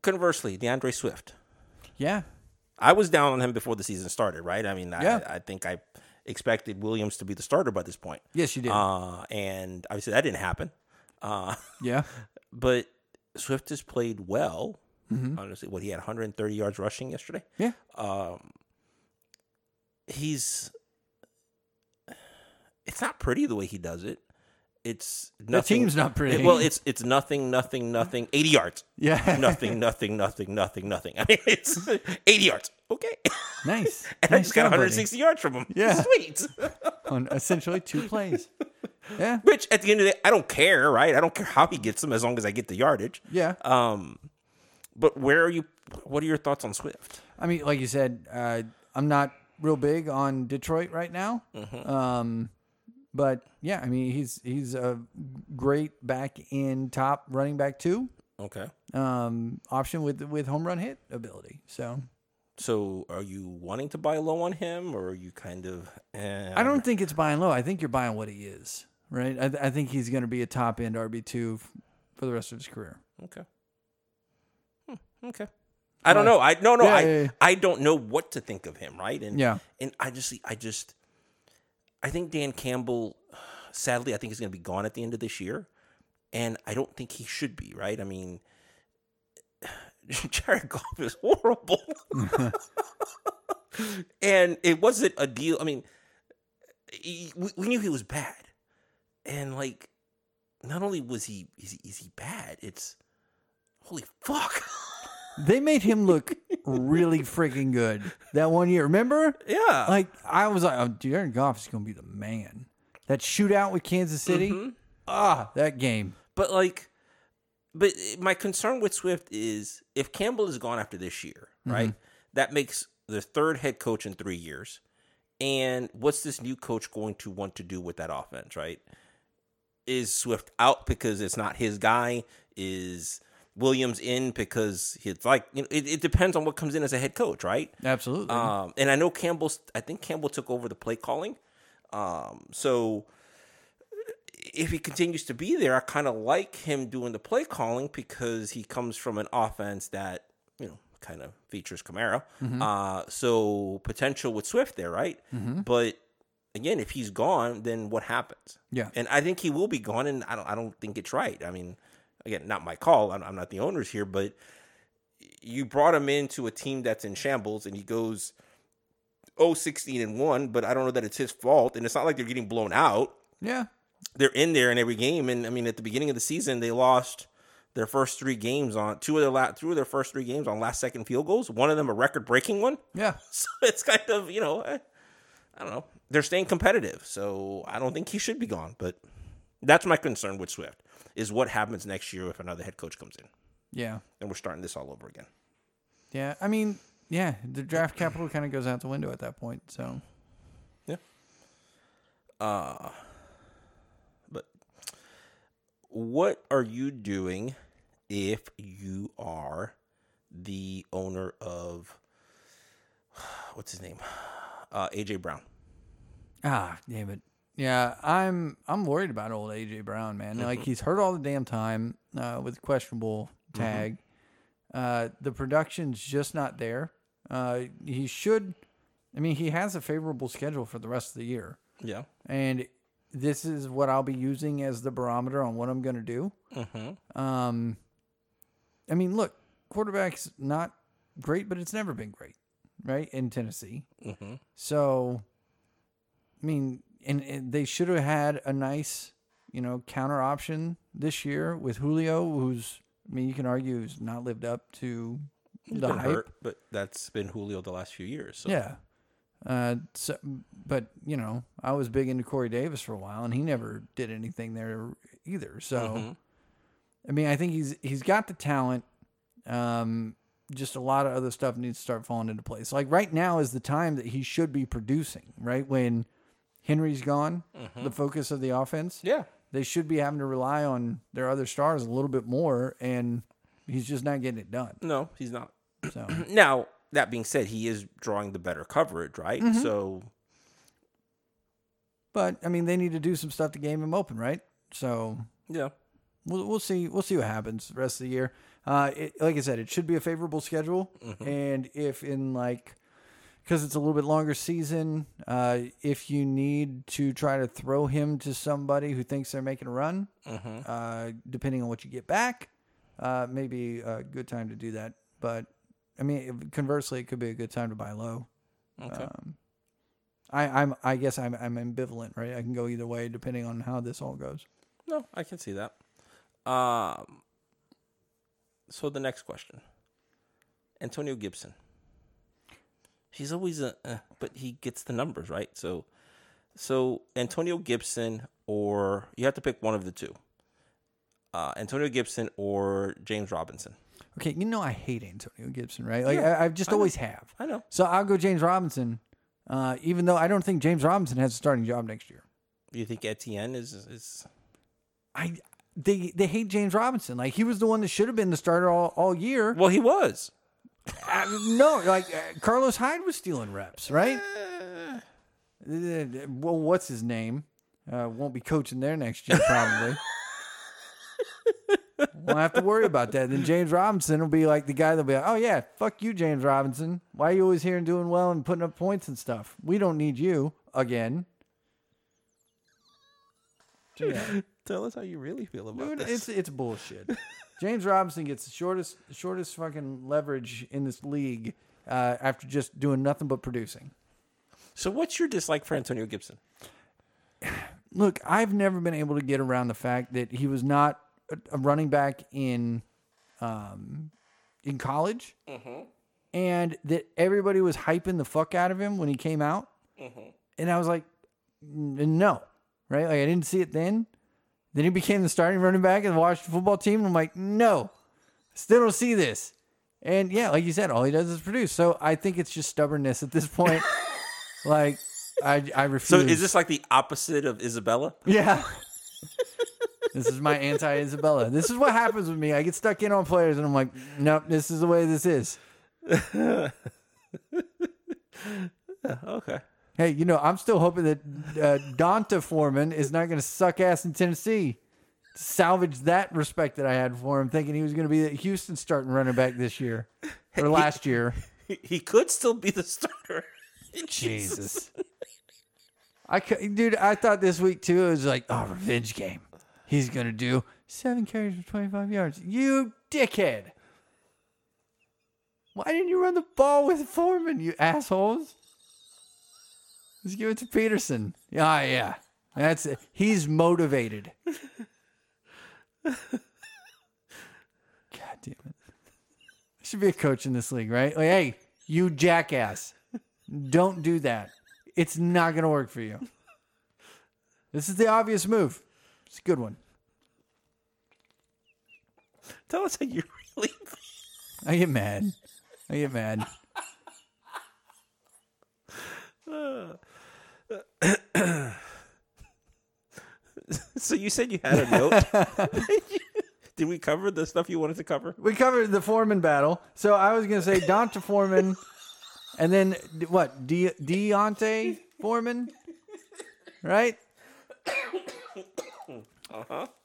S8: conversely, DeAndre Swift.
S7: yeah,
S8: I was down on him before the season started. Right? I mean, I,
S7: Yeah.
S8: I think I expected Williams to be the starter by this point.
S7: yes, you did.
S8: Uh, and obviously that didn't happen. Uh,
S7: yeah,
S8: but Swift has played well.
S7: Mm-hmm.
S8: Honestly, what he had 130 yards rushing yesterday. *laughs*
S7: yeah,
S8: he's it's not pretty the way he does it. It's nothing.
S7: team's not pretty.
S8: it- well, it's it's nothing, nothing, nothing. Eighty yards.
S7: Yeah. *laughs*
S8: nothing, nothing, nothing, nothing, nothing. I mean, it's eighty yards. Okay, *laughs*
S7: Nice.
S8: and I
S7: nice
S8: just got
S7: job, buddy.
S8: 160 yards from him.
S7: Yeah.
S8: *laughs* sweet.
S7: on essentially two plays. Yeah.
S8: Which at the end of the day, I don't care, right? I don't care how he gets them as long as I get the yardage.
S7: Yeah.
S8: Um, but where are you? What are your thoughts on Swift?
S7: I mean, like you said, uh, I'm not real big on Detroit right now. Um, but yeah, I mean, he's he's a great back in top running back two
S8: Okay.
S7: um, option with with home run hit ability. So
S8: So are you wanting to buy low on him, or are you kind of? Eh,
S7: I don't think it's buying low. I think you're buying what he is, right? I, th- I think he's going to be a top end RB two for the rest of his career.
S8: Okay. Hmm, okay. I don't know. I no no.
S7: Yeah,
S8: I
S7: yeah, yeah.
S8: I don't know what to think of him. Right. And
S7: Yeah.
S8: And I just I just I think Dan Campbell. Sadly, I think he's going to be gone at the end of this year, and I don't think he should be. Right. I mean, *laughs* Jared Goff is horrible, *laughs* and it wasn't a deal. I mean, he- we, we knew he was bad, and like, not only was he is he, is he bad, it's holy fuck. *laughs*
S7: They made him look really freaking good that one year. Remember?
S8: Yeah.
S7: Like I was like, oh, Jared Goff is going to be the man. That shootout with Kansas City. Ah, that game.
S8: But like, but eh, my concern with Swift is if Campbell is gone after this year, right? That makes the third head coach in three years. And what's this new coach going to want to do with that offense, right? Is Swift out because it's not his guy? Is Williams in because it's like you know it, it depends on what comes in as a head coach, right?
S7: Absolutely.
S8: Um, and I know Campbell's. I think Campbell took over the play calling. Um, so if he continues to be there, I kind of like him doing the play calling because he comes from an offense that you know kind of features Camara. Uh, so potential with Swift there, right? But again, if he's gone, then what happens?
S7: Yeah.
S8: and I think he will be gone, and I don't. I don't think it's right. I mean, again, not my call. I'm, I'm not the owners here, but you brought him into a team that's in shambles and he goes oh 16 and 1 but i don't know that it's his fault and it's not like they're getting blown out
S7: yeah.
S8: they're in there in every game and i mean at the beginning of the season they lost their first three games on two of their last two of their first three games on last second field goals one of them a record breaking one *laughs*
S7: Yeah.
S8: so it's kind of you know eh, i don't know they're staying competitive so i don't think he should be gone but that's my concern with swift is what happens next year if another head coach comes in
S7: Yeah.
S8: and we're starting this all over again
S7: Yeah. I mean, yeah, the draft capital kind of goes out the window at that point. So
S8: Uh, But what are you doing if you are the owner of what's his name? Uh, AJ Brown.
S7: ah, damn it. Yeah, I'm I'm worried about old AJ Brown, man. Like he's hurt all the damn time uh, with questionable tag. Uh, the production's just not there. Uh, he should. I mean, he has a favorable schedule for the rest of the year.
S8: Yeah.
S7: and this is what I'll be using as the barometer on what I'm going to do.
S8: Mm-hmm.
S7: Um, I mean, look, quarterback's not great, but it's never been great, right? In Tennessee,
S8: Mm-hmm.
S7: so I mean, and, and they should have had a nice, you know, counter option this year with Julio, who's I mean, you can argue has not lived up to the
S8: been
S7: hype.
S8: hurt, but that's been Julio the last few years. So.
S7: Yeah. Uh, so, but you know, I was big into Corey Davis for a while, and he never did anything there either. So, I mean, I think he's he's got the talent. Um, just a lot of other stuff needs to start falling into place. Like right now is the time that he should be producing. Right when Henry's gone, the focus of the offense.
S8: Yeah.
S7: they should be having to rely on their other stars a little bit more, and he's just not getting it done.
S8: No, he's not.
S7: So,
S8: *clears throat* Now, that being said, he is drawing the better coverage, right?
S7: Mm-hmm.
S8: So
S7: but I mean, they need to do some stuff to game him open, right? So
S8: yeah.
S7: we'll, we'll see we'll see what happens the rest of the year. Uh, it, like I said, it should be a favorable schedule, and if in like because it's a little bit longer season, uh, if you need to try to throw him to somebody who thinks they're making a run, uh, depending on what you get back, uh, maybe a good time to do that. But I mean, conversely, it could be a good time to buy low.
S8: Okay.
S7: Um, I, I'm I guess I'm I'm ambivalent, right? I can go either way depending on how this all goes.
S8: No, I can see that. Um, so the next question Antonio Gibson. He's always a, uh, but he gets the numbers, right? So, so Antonio Gibson or you have to pick one of the two uh, Antonio Gibson or James Robinson.
S7: Okay, you know I hate Antonio Gibson, right? Like I, I've just always have.
S8: I know.
S7: So I'll go James Robinson, uh, even though I don't think James Robinson has a starting job next year.
S8: Do you think Etienne is, is
S7: I they they hate James Robinson. Like he was the one that should have been the starter all, all year.
S8: well, he was.
S7: I- no, like uh, Carlos Hyde was stealing reps, right? Uh, well, what's his name? Uh, won't be coaching there next year, probably. won't have to worry about that. Then James Robinson will be like the guy that'll be like, "Oh yeah, fuck you, James Robinson. Why are you always here and doing well and putting up points and stuff? We don't need you again."
S8: Tell us how you really feel about
S7: Dude, it's
S8: this.
S7: it's
S8: *laughs*
S7: bullshit. James Robinson gets the shortest shortest fucking leverage in this league uh, after just doing nothing but producing.
S8: so, what's your dislike for Antonio Gibson?
S7: Look, I've never been able to get around the fact that he was not a- a running back in um, in college, and that everybody was hyping the fuck out of him when he came out, and I was like, n- no, right? Like I didn't see it then. Then he became the starting running back of the Washington football team, and I'm like, no, still don't see this. And yeah, like you said, all he does is produce. So I think it's just stubbornness at this point. like I, I
S8: So,
S7: refuse.
S8: is this like the opposite of Isabella?
S7: Yeah. this is my anti Isabella. This is what happens with me. I get stuck in on players and I'm like, nope, this is the way this is.
S8: Okay.
S7: Hey, you know, I'm still hoping that uh, Donta Foreman is not going to suck ass in Tennessee. Salvage that respect that I had for him, thinking he was going to be the Houston starting running back this year or last year.
S8: He, he could still be the starter. *laughs*
S7: Jesus. *laughs* I cou- dude, I thought this week too. It was like, oh, revenge game. He's gonna do seven carries for twenty-five yards. You dickhead! Why didn't you run the ball with Foreman? You assholes! Let's give it to Peterson. Ah, yeah, that's it. He's motivated. *laughs* God damn it! I should be a coach in this league, right? Like, hey, you jackass! Don't do that. It's not going to work for you. This is the obvious move. It's a good one.
S8: Tell us how you really feel.
S7: I get mad. I get mad.
S8: *laughs* So you said you had a note. *laughs* Did we cover the stuff you wanted to cover?
S7: We covered the Foreman battle. So I was going to say Donta Foreman and then d- what? De- Deontay Foreman? Right?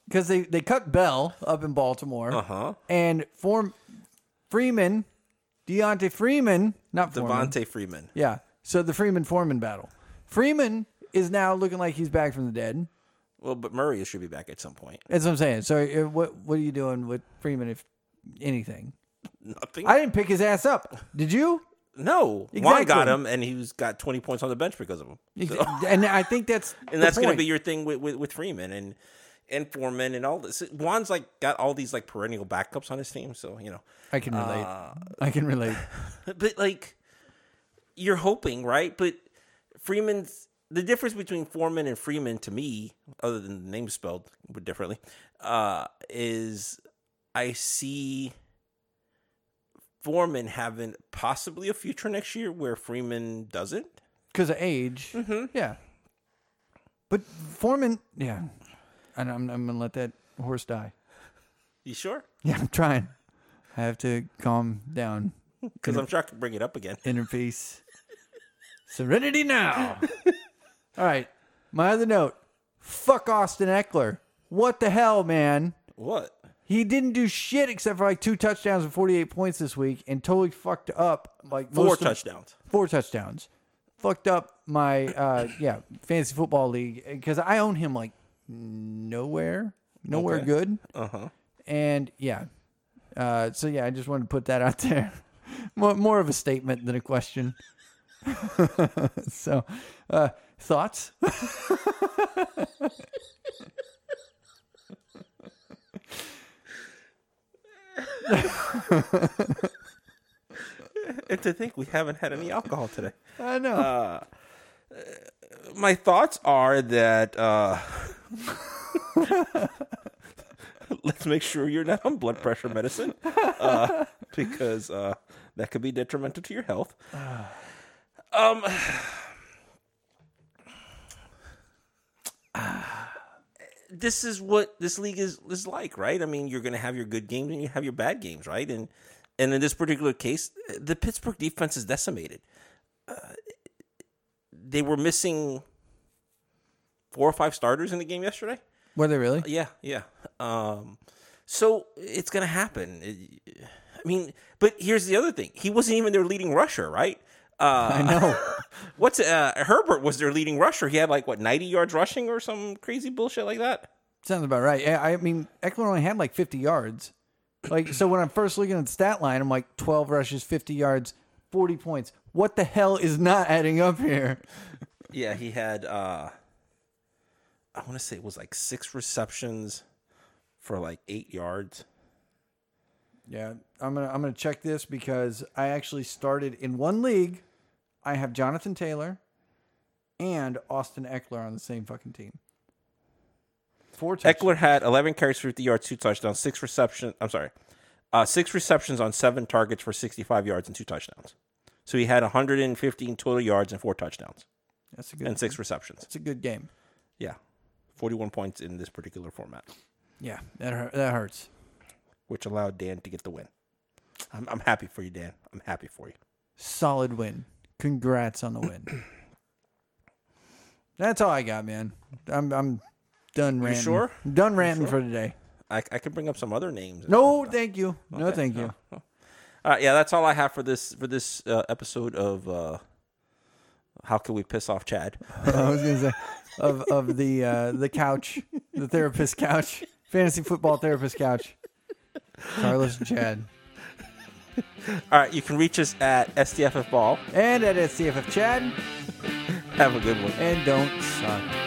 S7: Because they, they cut Bell up in Baltimore.
S8: Huh?
S7: And Form Freeman, Deontay Freeman, not Foreman.
S8: Devontae Freeman.
S7: Yeah. So the Freeman Foreman battle. Freeman is now looking like he's back from the dead.
S8: Well, but Murray should be back at some point.
S7: That's what I'm saying. So uh, what what are you doing with Freeman if anything?
S8: Nothing.
S7: I didn't pick his ass up. Did you?
S8: no.
S7: Exactly.
S8: Juan got him, and he's got 20 points on the bench because of him. *laughs* So-
S7: *laughs* And I think that's
S8: *laughs* and that's going to be your thing with, with, with Freeman and and Foreman and all this. Juan's like got all these like perennial backups on his team, so you know.
S7: I can relate.
S8: Uh,
S7: I can relate.
S8: But like, you're hoping, right? But Freeman's the difference between Foreman and Freeman to me, other than the name spelled differently, uh, is I see Foreman having possibly a future next year where Freeman doesn't.
S7: Because of age.
S8: Mm-hmm.
S7: Yeah. But Foreman, yeah. And I'm I'm gonna let that horse die. *laughs*
S8: You sure?
S7: Yeah, I'm trying. I have to calm down.
S8: Because I'm sure I could bring it up again.
S7: inner peace. Serenity
S8: *laughs*
S7: now. All right. My other note. Fuck Austin Eckler. What the hell, man?
S8: What?
S7: He didn't do shit except for like two touchdowns and 48 points this week and totally fucked up like
S8: Four
S7: most of-
S8: touchdowns.
S7: four touchdowns. Fucked up my uh yeah, fantasy football league cuz I own him like nowhere. Nowhere
S8: Okay.
S7: good.
S8: Uh huh.
S7: And yeah. *laughs* Uh, so yeah, I just wanted to put that out there. more, more of a statement than a question. *laughs* so, uh, thoughts?
S8: And to think we haven't had any alcohol today. Uh,
S7: I know.
S8: My thoughts are that uh, *laughs* let's make sure you're not on blood pressure medicine uh, because uh, that could be detrimental to your health. Um, this is what this league is is like, right? I mean, you're going to have your good games and you have your bad games, right? And and in this particular case, the Pittsburgh defense is decimated. Uh, they were missing four or five starters in the game yesterday.
S7: Were they
S8: *laughs*
S7: really?
S8: Yeah, yeah. Um, so it's gonna happen. It- I mean, but here's the other thing: he wasn't even their leading rusher, right? Uh, I know. *laughs* what's uh, Herbert was their leading rusher. He had like what 90 yards rushing or some crazy bullshit like that.
S7: Sounds about right. Yeah, I mean, Eckler only had like 50 yards. Like, so when I'm first looking at the stat line, I'm like 12 rushes, 50 yards, 40 points. What the hell is not adding up here?
S8: Yeah, he had. uh I want to say it was like six receptions for like eight yards.
S7: Yeah, I'm gonna I'm gonna check this because I actually started in one league. I have Jonathan Taylor and Austin Eckler on the same fucking team. Four touchdowns.
S8: Eckler had 11 carries, 50 yards, two touchdowns, six receptions. I'm sorry, uh, six receptions on seven targets for 65 yards and two touchdowns. So he had 115 total yards and four touchdowns
S7: That's a good.
S8: and six receptions.
S7: That's a good game.
S8: Yeah, 41 points in this particular format,
S7: Yeah, that hurt, that hurts.
S8: which allowed Dan to get the win. I'm, I'm happy for you, Dan. I'm happy for you.
S7: Solid win. Congrats on the win. *clears throat* That's all I got, man. I'm I'm done ranting.
S8: sure?
S7: I'm done ranting for today.
S8: I, I can bring up some other names.
S7: No, thank you. No,
S8: Okay.
S7: thank you.
S8: All right, yeah, that's all I have for this for this uh, episode of uh, How Can We Piss Off Chad?
S7: *laughs* I was gonna say of of the uh, the couch, the therapist couch, fantasy football therapist couch. Carlos and Chad,
S8: All right, you can reach us at SDFF Ball.
S7: and at SCFF Chad,
S8: Have a good one.
S7: and don't suck.